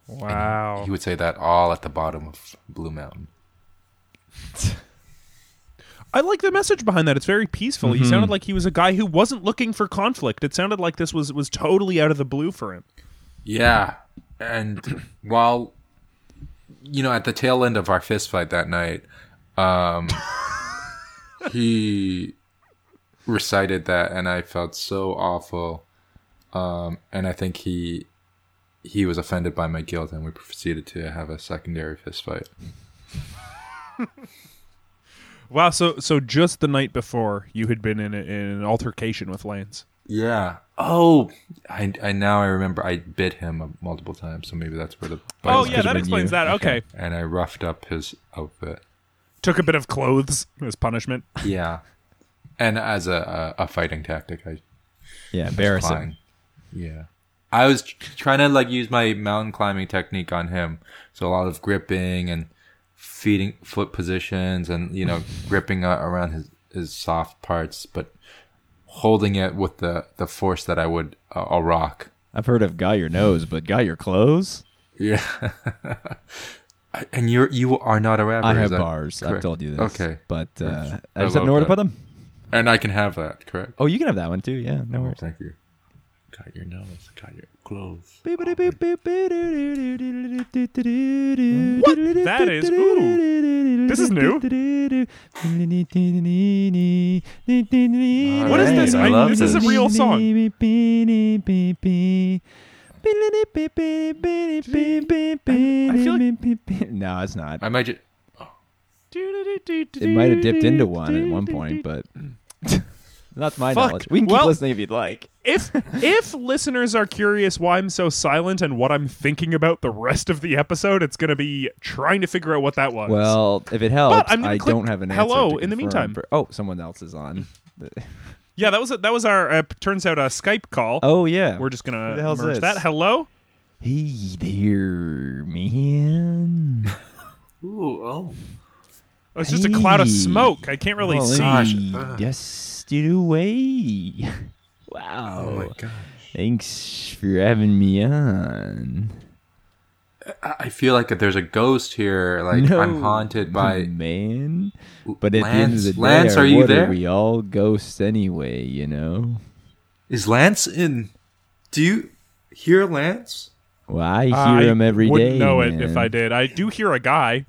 Wow.
He would say that all at the bottom of Blue Mountain.
I like the message behind that. It's very peaceful. He sounded like he was a guy who wasn't looking for conflict. It sounded like this was was totally out of the blue for him.
Yeah, and while you know at the tail end of our fist fight that night *laughs* um he recited that and i felt so awful um and i think he he was offended by my guilt and we proceeded to have a secondary fist fight
Wow. So so just the night before, you had been in, a, in an altercation with Lance.
yeah oh i i now i remember i bit him multiple times so maybe that's where the
Oh
bite
yeah,
was.
that explains that. Okay.
and i roughed up his outfit
took a bit of clothes as punishment.
Yeah, and as a a, a fighting tactic, I
Yeah, embarrassing.
climb. Yeah, I was tr- trying to like use my mountain climbing technique on him, so a lot of gripping and feeding foot positions, and you
*laughs*
know gripping uh, around his his soft parts, but holding it with the the force that I would uh, a rock.
I've heard of guy your nose, but guy your clothes.
*laughs* Yeah. And you're you are not a rapper.
I
is
have
that
bars. I've
correct?
told you this.
Okay,
but uh, I
I
just have
love
nowhere to put
that.
them.
and I can have that. Correct.
Oh, you can have that one too. Yeah, no worries.
Thank you. Got your nose. Got your clothes.
What?
That is- ooh. This is new.
What
What is
Hey,
this?
I
I-
love
this is a
this.
real song.
No, it's not.
I might just.
It might have dipped into one at one point, but *laughs* not to my
Fuck.
knowledge. We can keep
Well-
listening if you'd like.
If if listeners are curious why I'm so silent and what I'm thinking about the rest of the episode, it's going to be trying to figure out what that was.
Well, if it helps,
I'm gonna
I
click
don't have an answer.
hello
to
in the
confirm
meantime.
for- oh, someone else is on.
yeah, that was that was our uh, turns out a Skype call.
Oh yeah,
We're just
Who
going
the
to
hell's this?
merge that. Hello?
Hey there, man.
Ooh, oh.
Oh, it's just a cloud of
Hey.
smoke. I can't really
Holy
see.
gosh.
dusted
*laughs*
away. Wow.
Oh my god.
Thanks for having me on.
I I feel like there's a ghost here. Like I'm haunted by.
*laughs* man. But at the end of
Lance-
the day,
Lance,
our
are you
water,
there?
we all ghosts anyway, you know.
Is Lance in? Do you hear Lance?
Well, I hear
I
him every
wouldn't
day.
know it if
man.
I did. I do hear a guy.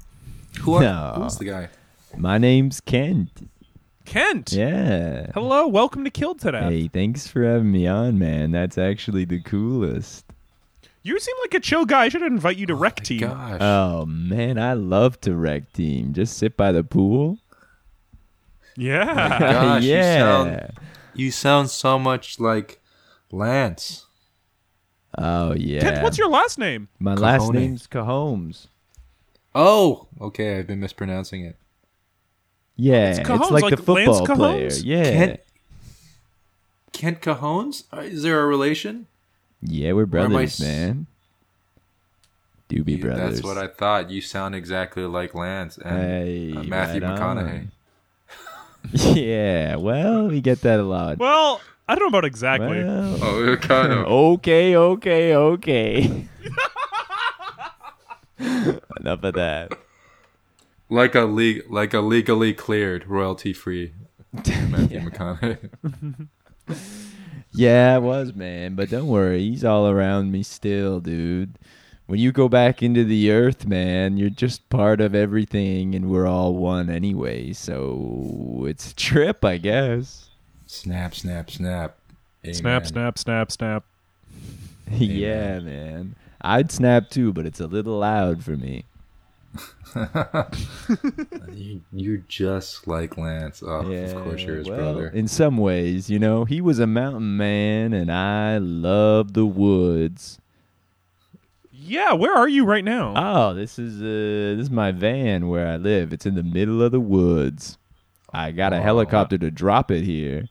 Who are,
No.
Who's the guy?
My name's Kent.
Kent.
Yeah.
Hello, welcome to Killed Today.
Hey, thanks for having me on, man. That's actually the coolest.
You seem like a chill guy. I should invite you to Rec Team.
Gosh.
Oh man, I love to wreck team. Just sit by the pool.
Yeah.
gosh.
yeah.
You sound. You sound so much like Lance.
Oh *laughs* yeah.
Kent, what's your last name?
My last
Cajone?
name's Cahomes.
Oh. Okay. I've been mispronouncing it.
Yeah, it's,
Cajones,
like,
like
the football
Lance Cajones?
player. Yeah,
Kent. Kent Cajones. Uh, Is there a relation?
yeah, we're
am I
brothers,
s-
man. Doobie
You-
brothers.
That's
*laughs*
what I thought. You sound exactly like Lance and
Hey,
uh, Matthew
right on.
McConaughey.
Yeah, well, we get that a lot.
Well, I don't know about exactly.
Well,
Oh,
*laughs*
kind of.
okay, okay,
*laughs*
okay. *laughs* Enough of that.
like a league, like a legally cleared,
*laughs*
royalty free Matthew McConaughey. *laughs*
Yeah, it was, man. But don't worry, he's all around me still, dude. When you go back into the earth, man, you're just part of everything, and we're all one anyway. So it's a trip, I guess. *laughs*
snap, snap, snap. Amen.
Snap, snap, snap, snap.
yeah, man. I'd snap too, but it's a little loud for me.
You, you're just like Lance. Oh, of course you're his
well,
brother.
In some ways, you know, he was a mountain man, and I love the woods.
Yeah, where are you right now?
Oh, this is uh, this is my van where I live. It's in the middle of the woods. I got a helicopter to drop it here.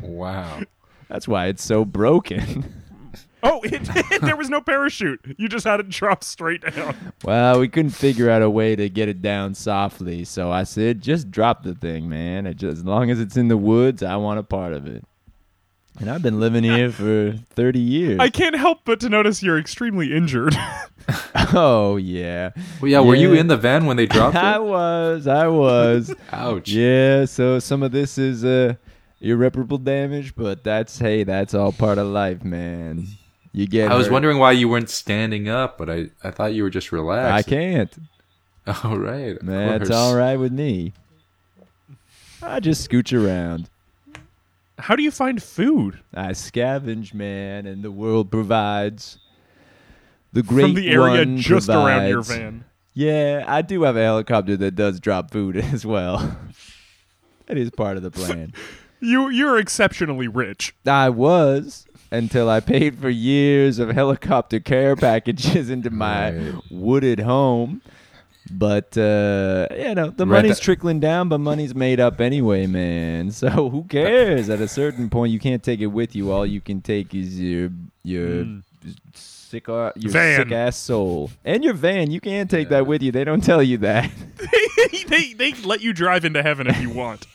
wow.
That's why it's so broken. *laughs*
oh, it, *laughs* there was no parachute. You just had it drop straight down.
well, we couldn't figure out a way to get it down softly, so I said, just drop the thing, man. It just, as long as it's in the woods, I want a part of it. And I've been living here for 30 years.
I can't help but to notice you're extremely injured. *laughs*
oh, yeah.
Well, yeah, Were you
Yeah.
in the van when they dropped
I *laughs*
it?
was. I was.
Ouch.
Yeah, so some of this is uh, irreparable damage, but that's hey, that's all part of life, man. You get.
I was
hurt.
wondering why you weren't standing up, but I, I thought you were just
I
relaxed.
can't.
*laughs* All right. of
That's
course.
all right with me. I just scooch around.
How do you find food?
I scavenge, man, and the world provides. The great
From the area
one
just around your
provides.
van.
Yeah, I do have a helicopter that does drop food *laughs* as well. that is part of the plan.
You you're exceptionally rich. *laughs*
I was until I paid for years of helicopter care packages into my
Right.
wooded home. But uh, you know, the
Right,
money's
that-
trickling down, but money's made up anyway, man. So *laughs* who cares? At a certain point, you can't take it with you. All you can take is your your
Hmm.
sick ar- your
Van.
sick ass soul and your van. You can't take that with you. They don't tell you that. *laughs*
they they let you drive into heaven if you
*laughs*
want.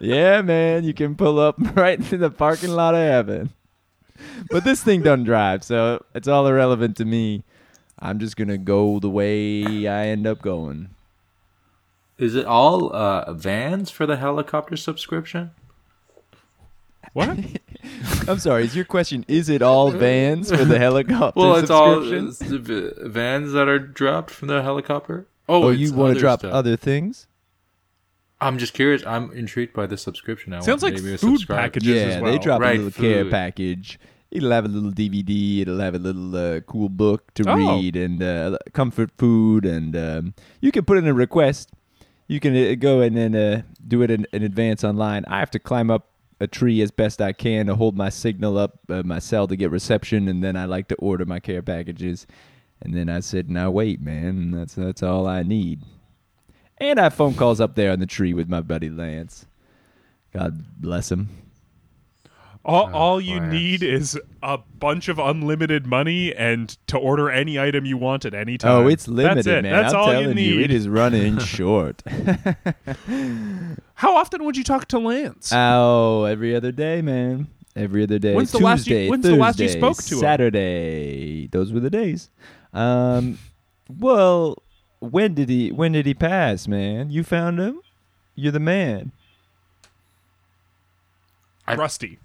yeah, man, you can pull up *laughs* right in the parking lot of heaven. But this thing doesn't drive, so it's all irrelevant to me. I'm just gonna go the way I end up going.
Is it all uh, vans for the helicopter subscription?
What?
I'm sorry. Is your question? Is it all vans for
*laughs*
the helicopter?
Well, it's all
subscription?
it's the v- vans that are dropped from the helicopter.
Oh,
it's
you want to
other
drop
stuff.
other things?
I'm just curious. I'm intrigued by the subscription. I
Sounds
want
like
maybe to
food
subscribe.
packages.
Yeah,
as
they
well.
drop
Right,
a little care
food.
package. It'll have a little DVD. It'll have a little uh, cool book to
Oh.
read and uh, comfort food, and um, you can put in a request. You can uh, go and then uh, do it in, in advance online. I have to climb up a tree as best I can to hold my signal up uh, my cell to get reception, and then I like to order my care packages. And then I sit and I wait, man. and That's that's all I need. And I have phone calls up there on the tree with my buddy Lance. God bless him.
All,
Oh,
all you
plants.
need is a bunch of unlimited money and to order any item you want at any time.
Oh, it's limited,
That's it.
man.
That's
I'm
all
telling
you need.
it is
*laughs*
running short.
How often would you talk to Lance?
oh, every other day, man. Every other day.
When's the
Tuesday,
last you- when's the last you
Thursday,
spoke to him?
Saturday. Those were the days. Um, well, when did he? When did he pass, man? You found him. You're the man.
I-
Rusty.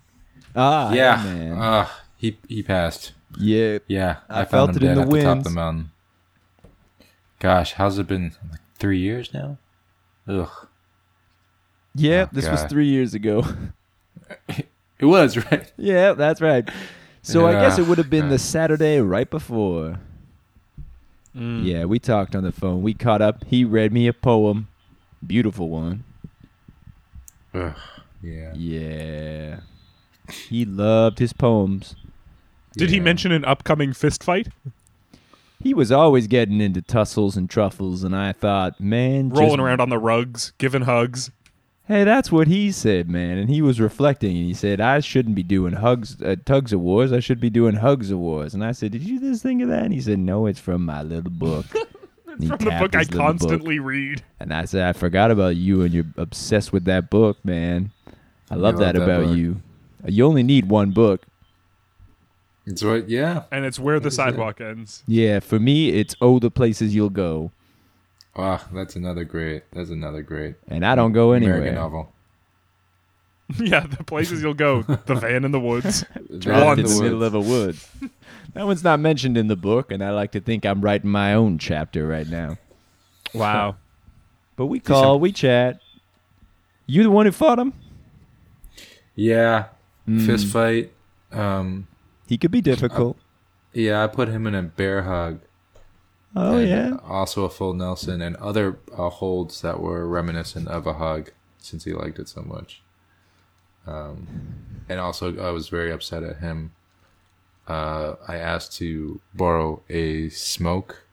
Ah,
Yeah,
man.
uh, he he passed.
yeah.
Yeah,
I
found
felt
him
it in
dead
the
at the top of
winds.
the mountain. Gosh, how's it been? Like three years now. Ugh,
Yeah. this was
God.
three years ago. *laughs*
it was *laughs* right.
yeah, that's right. So I guess
Yeah.
it would have been the Saturday right before. Yeah, we talked on the phone. We caught up. He read me a poem. Beautiful one.
Ugh, yeah.
Yeah. He loved his poems.
Did he
Yeah.
mention an upcoming fist fight?
He was always getting into tussles and truffles, and I thought, man, just-
Rolling around on the rugs, giving hugs.
Hey, that's what he said, man. And he was reflecting, and he said, "I shouldn't be doing hugs, uh, tugs of wars. I should be doing hugs of wars." And I said, "Did you just think of that?" And he said, "No, it's from my little
*laughs*
book." And he
From the
tapped
book I
his little
constantly read.
And I said, I forgot about you and you're obsessed with that book, man. I love
love
that,
that
about
book.
you. You only need one book.
It's what. Yeah.
And it's where the sidewalk ends.
Yeah, for me, it's Oh, the Places You'll Go.
Wow, that's another great. That's another great
And I don't go
American
anywhere.
novel.
*laughs* yeah, the places you'll go. The van in the woods.
Out
Dropped
in the middle of a wood. that one's not mentioned in the book, and I like to think I'm writing my own chapter right now.
Wow.
But we call, we chat. You the one who fought him?
Yeah, fist
Mm.
fight. Um,
He could be difficult.
yeah, I put him in a bear hug.
*laughs* Oh,
and
yeah.
Also a full Nelson and other uh, holds that were reminiscent of a hug, since he liked it so much. Um, and also I was very upset at him. Uh, I asked to borrow a smoke,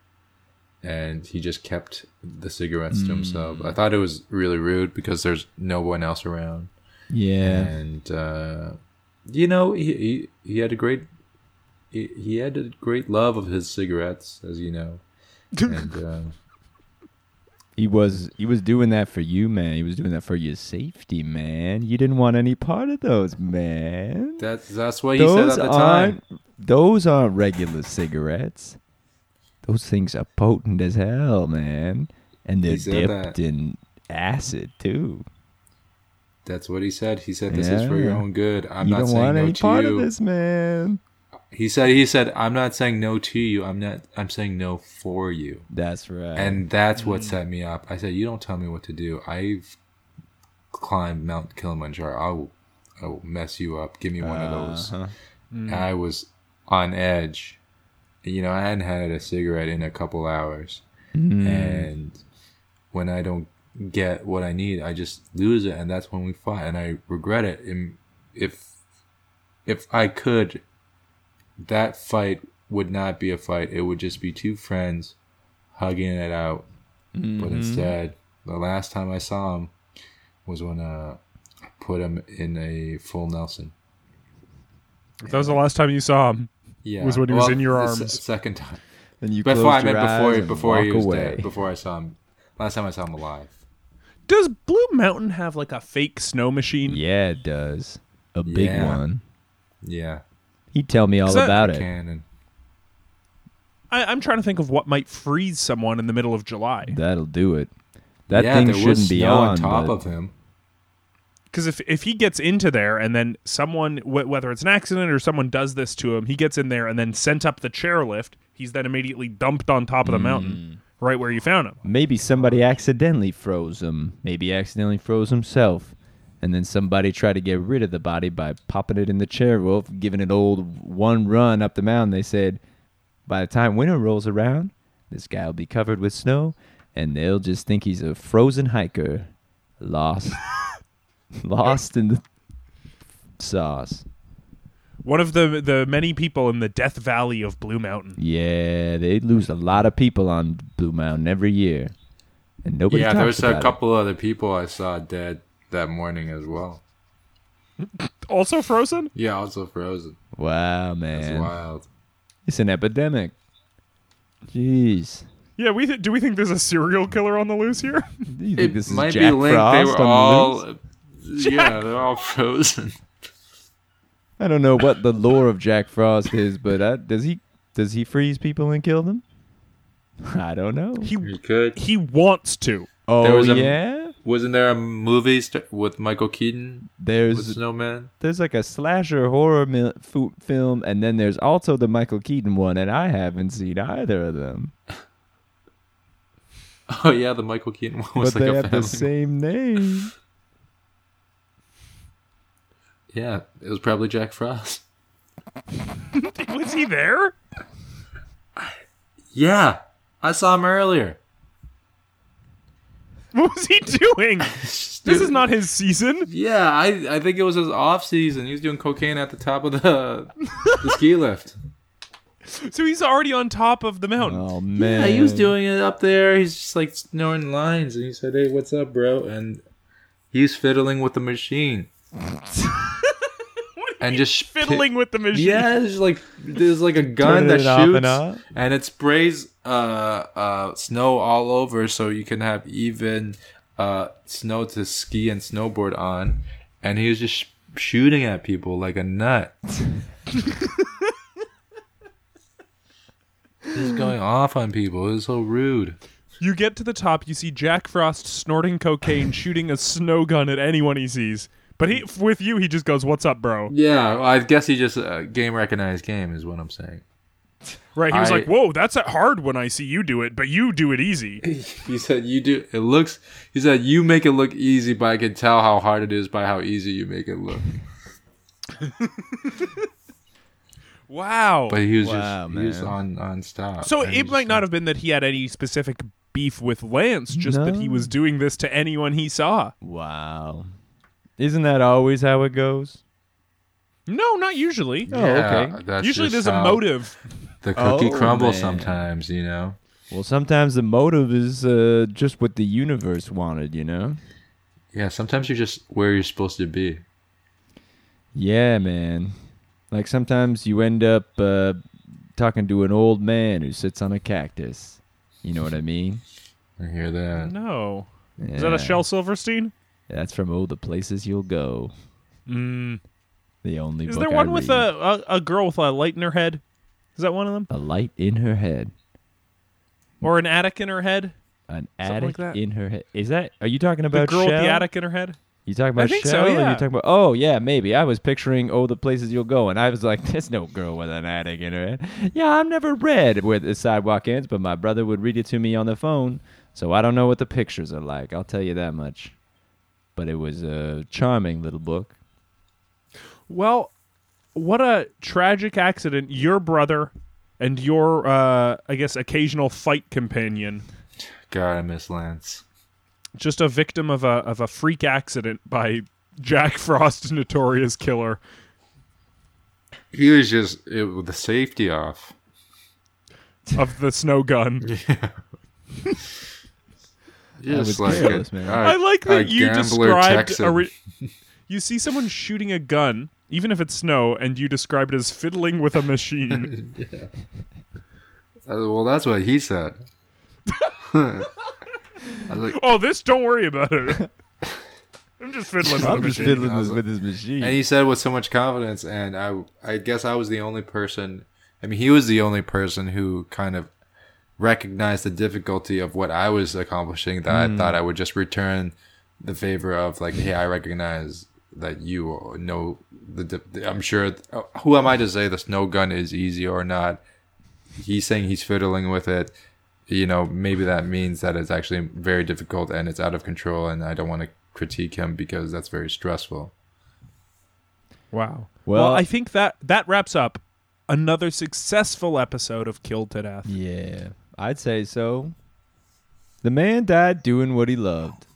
and he just kept the cigarettes
Hmm.
to himself. I thought it was really rude because there's no one else around
Yeah.
and uh, you know he, he he had a great he, he had a great love of his cigarettes as you
*laughs*
know and uh,
He was he was doing that for you, man. He was doing that for your safety, man. You didn't want any part of those, man.
that's that's what he said
Those
at the time
aren't those aren't regular cigarettes. Those things are potent as hell, man. And they're
He said
dipped
that.
in acid too.
that's what he said he said this is for your
Yeah.
own good i'm
you
not
don't
saying
want
no
any
to
part
you
of this, man.
He said he said I'm not saying no to you. I'm not I'm saying no for you.
That's right.
And that's what set me up. I said, "You don't tell me what to do. I've climbed Mount Kilimanjaro. I will, I will mess you up. Give me one of those." And I was on edge. You know, I hadn't had a cigarette in a couple hours, and when I don't get what I need, I just lose it, and that's when we fight, and I regret it. And if if I could, that fight would not be a fight. It would just be two friends hugging it out. But
Mm-hmm.
instead, the last time I saw him was when uh, I put him in a full Nelson.
If that was the last time you saw him.
Yeah,
Was when he was in your
the se-
arms.
second
*laughs*
time.
then you
Before I
closed
meant
your eyes and
before before he
walk
was
away.
dead. Before I saw him. Last time I saw him alive.
Does Blue Mountain have like a fake snow machine?
Yeah, it does. A big
Yeah.
one.
Yeah,
He'd tell me all
that-
about it.
cannon.
I, I'm trying to think of what might freeze someone in the middle of July.
That'll do it. That
yeah,
thing
there was
shouldn't be
snow
on.
on top
but-
of him.
Because if, if he gets into there and then someone, wh- whether it's an accident or someone does this to him, he gets in there and then sent up the chairlift, he's then immediately dumped on top of the mountain, right where you found him.
Maybe somebody accidentally froze him. Maybe accidentally froze himself. And then somebody tried to get rid of the body by popping it in the chair wolf, giving it old one run up the mountain. They said, by the time winter rolls around, this guy will be covered with snow, and they'll just think he's a frozen hiker, lost, *laughs* lost in the sauce.
One of the the many people in the Death Valley of Blue Mountain.
Yeah, they lose a lot of people on Blue Mountain every year, and nobody.
yeah,
talks
there was a
about it.
couple other people I saw dead that morning as well.
Also frozen?
Yeah, also frozen.
Wow,
It's
man,
wild.
it's an epidemic. Jeez,
Yeah, we th- do we think there's a serial killer on the loose here?
do you think this is Jack
They
Frost
were
on
all.
the loose?
Yeah, they're all *laughs* frozen.
I don't know what the lore of Jack Frost is, but I, does he does he freeze people and kill them? *laughs* I don't know.
He *laughs*
could.
he wants to.
Oh
There was a-
yeah,
Wasn't there a movie st- with Michael Keaton with
there's
Snowman? *laughs*
there's like a slasher horror mil- fu- film, and then there's also the Michael Keaton one, and I haven't seen either of them.
Oh yeah, the Michael Keaton one was
but
like
they
a
have
family.
the same name.
Yeah, it was probably Jack Frost.
*laughs* Was he there?
Yeah, I saw him earlier.
What was he
*laughs*
doing? This is not his season.
Yeah, I I think it was his off season. He was doing cocaine at the top of *laughs* the, the ski lift.
So he's already on top of the mountain.
Oh
Yeah,
man,
he was doing it up there. He's just like snoring lines, and he said, "Hey, what's up, bro?" And he's fiddling with the *laughs* machine.
What do you
and
mean
just pi-
fiddling with the machine.
*laughs* Yeah, there's like there's like a
Turning
gun that
it off
shoots
and on.
and, it sprays uh uh snow all over so you can have even uh snow to ski and snowboard on and he was just sh- shooting at people like
*laughs*
a nut. Just going off on people. It was so rude.
You get to the top, you see Jack Frost snorting
*laughs*
cocaine, shooting a snow gun at anyone he sees. But he with you, he just goes, "What's up, bro?"
Yeah, I guess he just uh, game recognized game is what I'm saying.
Right? He was
I-
like, "Whoa, that's hard when I see you do it, but you do it easy."
*laughs* He said, "You do. It looks." He said, "You make it look easy, but I can tell how hard it is by how easy you make it look."
Wow.
But he was
Wow,
just he was
man.
on on stop.
So
And
it
just-
might not have been that he had any specific beef with Lance, just that he
No.
was doing this to anyone he saw.
Wow, isn't that always how it goes?
No, not usually.
Oh, okay.
that's
usually
just
there's a
how
motive.
The cookie
Oh,
crumbles
man.
sometimes, you know.
Well, sometimes the motive is uh, just what the universe wanted, you know?
Yeah, sometimes you're just where you're supposed to be.
Yeah, man. Like sometimes you end up uh, talking to an old man who sits on a cactus. You know what I mean?
I hear that.
No. *laughs* Is that a
Yeah.
Shel Silverstein?
That's from Oh, the places you'll go. The only.
Mm. Is
book
there
I
one with
read.
a, a a girl with a light in her head? Is that one of them?
a light in her head,
Or an attic in her head?
an
Something like
attic
that.
in her head? Is that? Are you talking
The
about
girl with
Shell?
the attic in her head?
You talking about
think
show?
so,
or
yeah.
You talking about? Oh yeah, maybe. I was picturing oh the places you'll go, and I was like, *laughs* there's no girl with an attic in her. head." Yeah, I've never read where the sidewalk ends, but my brother would read it to me on the phone, so I don't know what the pictures are like. I'll tell you that much. But it was a charming little book.
Well, what a tragic accident. Your brother and your, uh, I guess, occasional fight companion,
God, I miss Lance.
just a victim of a of a freak accident by Jack *laughs* Frost, notorious killer.
He was just it, with the safety off.
of the snow gun.
was
Just like
careless,
a,
man.
a-
I like
a
that you
gambler
described.
Texan.
A re- you see someone shooting a gun, even if it's snow, and you describe it as fiddling with a
*laughs*
machine.
Uh, well, that's what he said. I was like,
oh, this? Don't worry about it. I'm just fiddling with a
I'm just
machine.
fiddling with, with his machine.
and he said it with so much confidence, and I, I guess I was the only person. I mean, he was the only person who kind of recognized the difficulty of what I was accomplishing. That I thought I would just return the favor of, like, hey, I recognize that you know the. di- I'm sure. uh, Who am I to say the snow gun is easy or not? He's saying he's fiddling with it. You know, maybe that means that it's actually very difficult and it's out of control, and I don't want to critique him because that's very stressful.
Wow. Well,
Well-
I think that that wraps up another successful episode of Killed to Death.
yeah, I'd say so. The man died doing what he loved.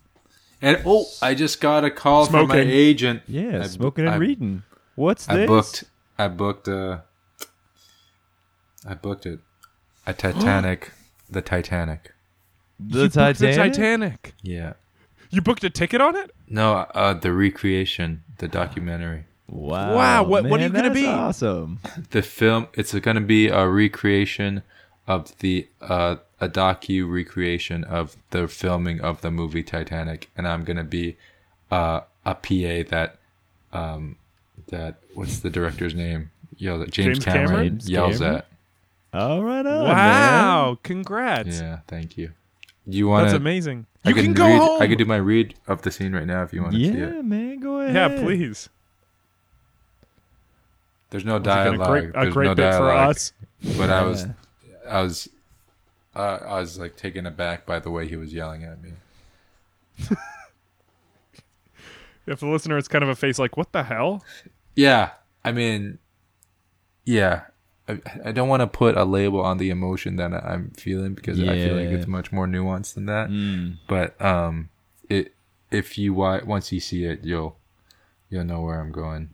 And oh, I just got a call from my
Smoking.
agent.
Yeah,
I-
smoking and
I-
reading. What's
I
this?
booked. I booked. Uh, I booked it. A Titanic. *gasps* the Titanic.
the
Booked
Titanic.
The Titanic.
Yeah.
You booked a ticket on it?
No, uh, the recreation, the documentary,
Wow.
Wow, what- what
man,
are you gonna
that's
be?
Awesome.
the film. It's going to be a recreation of the uh, a docu recreation of the filming of the movie Titanic, and I'm going to be uh, a PA that um, that what's the director's name? Yells at James,
James
Cameron,
Cameron?
James
yells
Cameron?
at.
All right on. man.
Wow. Congrats.
Yeah, thank you. Do you want
That's
to?
amazing.
I
You can go
read,
home.
I could do my read of the scene right now if you want to see
Yeah,
it.
man, go ahead.
yeah, please.
There's no
Been
dialogue.
A great, a
There's
great
no
bit uh, for
dialogue.
us.
But I was, I was, uh, I was like taken aback by the way he was yelling at me.
If the listener is kind of a face like, what the hell?
Yeah, I mean, yeah. I, I don't want to put a label on the emotion that I- I'm feeling because I feel like
Yeah. Mm.
it's much more nuanced than that. But um, it if you wa- once you see it, you'll you'll know where I'm going.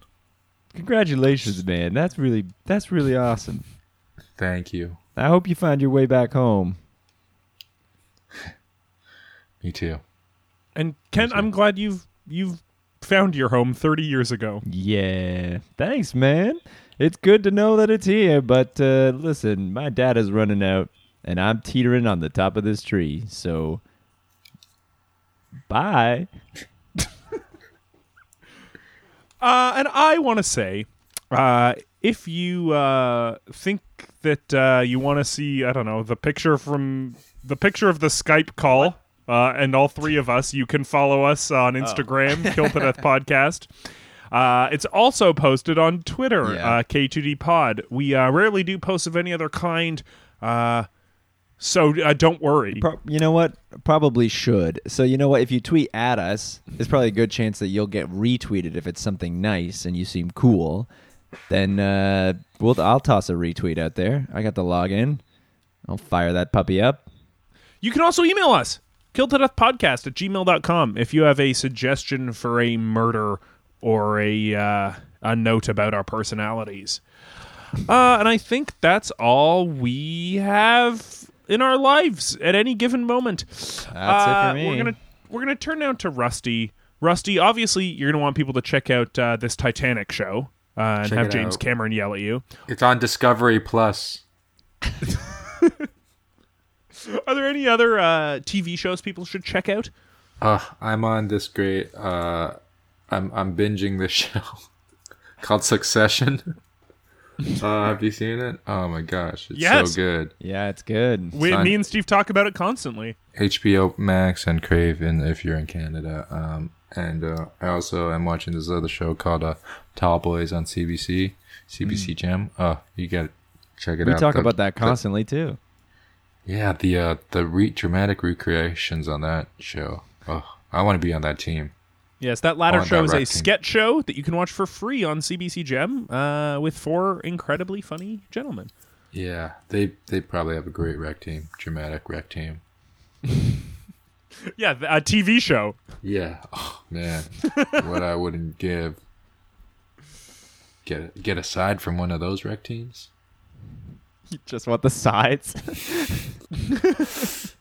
Congratulations, man. That's really that's really awesome.
Thank you.
I hope you find your way back home.
Me too.
And Ken, I'm glad you've you've found your home 30 years ago.
Yeah. Thanks, man. It's good to know that it's here, but uh, listen, my data's running out and I'm teetering on the top of this tree. So bye.
Uh, and I want to say, uh, if you uh, think that uh, you want to see, I don't know, the picture from the picture of the Skype call. Uh, and all three of us, you can follow us on Instagram, Kill to Death Podcast. Uh, it's also posted on Twitter,
Yeah.
uh, K2D Pod. We uh, rarely do posts of any other kind, uh, so uh, don't worry.
Pro- you know what? Probably should. So you know what? If you tweet at us, there's probably a good chance that you'll get retweeted if it's something nice and you seem cool. Then uh, we'll I'll toss a retweet out there. I got the login. I'll fire that puppy up.
You can also email us, killtodeathpodcast at gmail.com, if you have a suggestion for a murder or a, uh, a note about our personalities. Uh, and I think that's all we have in our lives at any given moment. That's
That's it for me.
Uh, We're gonna we're gonna turn now to Rusty. Rusty, obviously, you're gonna want people to check out uh, this Titanic show uh, and
Check
have
it
James
out.
Cameron yell at you.
It's on Discovery Plus.
Are there any other uh, TV shows people should check out?
Uh, I'm on this great. Uh, I'm I'm binging this *laughs* show called Succession. uh, have you seen it? Oh my gosh, it's
Yes.
so good.
Yeah, it's good.
We,
Son.
me and Steve talk about it constantly.
HBO Max and Crave, and if you're in Canada, um, and uh, I also am watching this other show called uh, Tall Boys on CBC, CBC Gem. Uh, you got to check it
Mm. We
out.
talk
The-
about that
the-
constantly too.
yeah, the uh, the re- dramatic recreations on that show. Oh, I want to be on that team.
Yes, that latter
On
show is a
directing.
sketch show that you can watch for free on CBC Gem uh, with four incredibly funny gentlemen.
Yeah, they they probably have a great rec team, dramatic rec team.
Yeah, th- a TV show.
Yeah. Oh
*laughs*
man, what I wouldn't give. Get get aside from one of those rec teams.
*laughs* You just want the sides.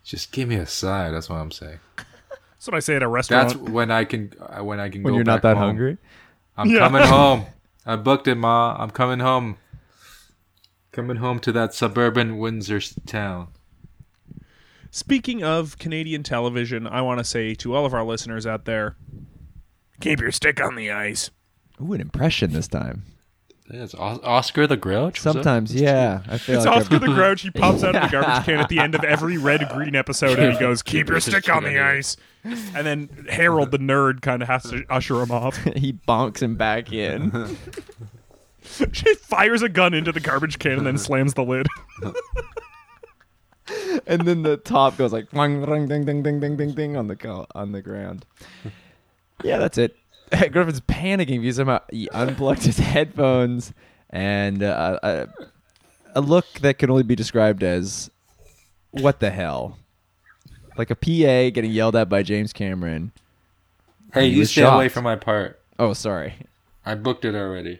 Just give me a side. That's what I'm saying.
That's what I say at a restaurant.
That's when I can uh, when I
*laughs*
can
when
go
you're not
back
that
home.
hungry.
I'm
*laughs*
Yeah.
coming home. I booked it, ma. I'm coming home. Coming home to that suburban Windsor s- town.
Speaking of Canadian television, I want to say to all of our listeners out there keep your stick on the *laughs* ice.
Ooh, an impression this time.
Yeah, it's Os- Oscar the Grouch. was it?
Sometimes, yeah, I feel
It's
like
Oscar
every-
the Grouch. He pops *laughs* out of the garbage can at the end of every red green episode and he goes, Keep your stick on the ice. And then Harold the nerd kind of has to usher him off. *laughs*
*laughs* he bonks him back *laughs* in.
she fires a gun into the garbage can *laughs* and then slams the lid.
and then the top goes like "Wang, wang, ding ding ding ding ding ding on the go- on the ground. Yeah, that's it. *laughs* Griffin's panicking because somehow he unplugged his headphones and uh, a, a look that can only be described as what the hell, like a PA getting yelled at by James Cameron.
Hey,
He
you
was
stay away
shocked.
from my part.
Oh, sorry.
I booked it already.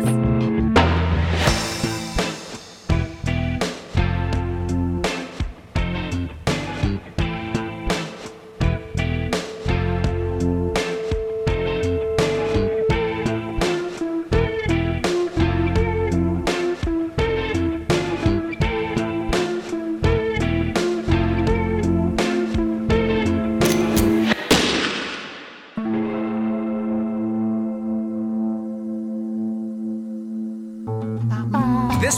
This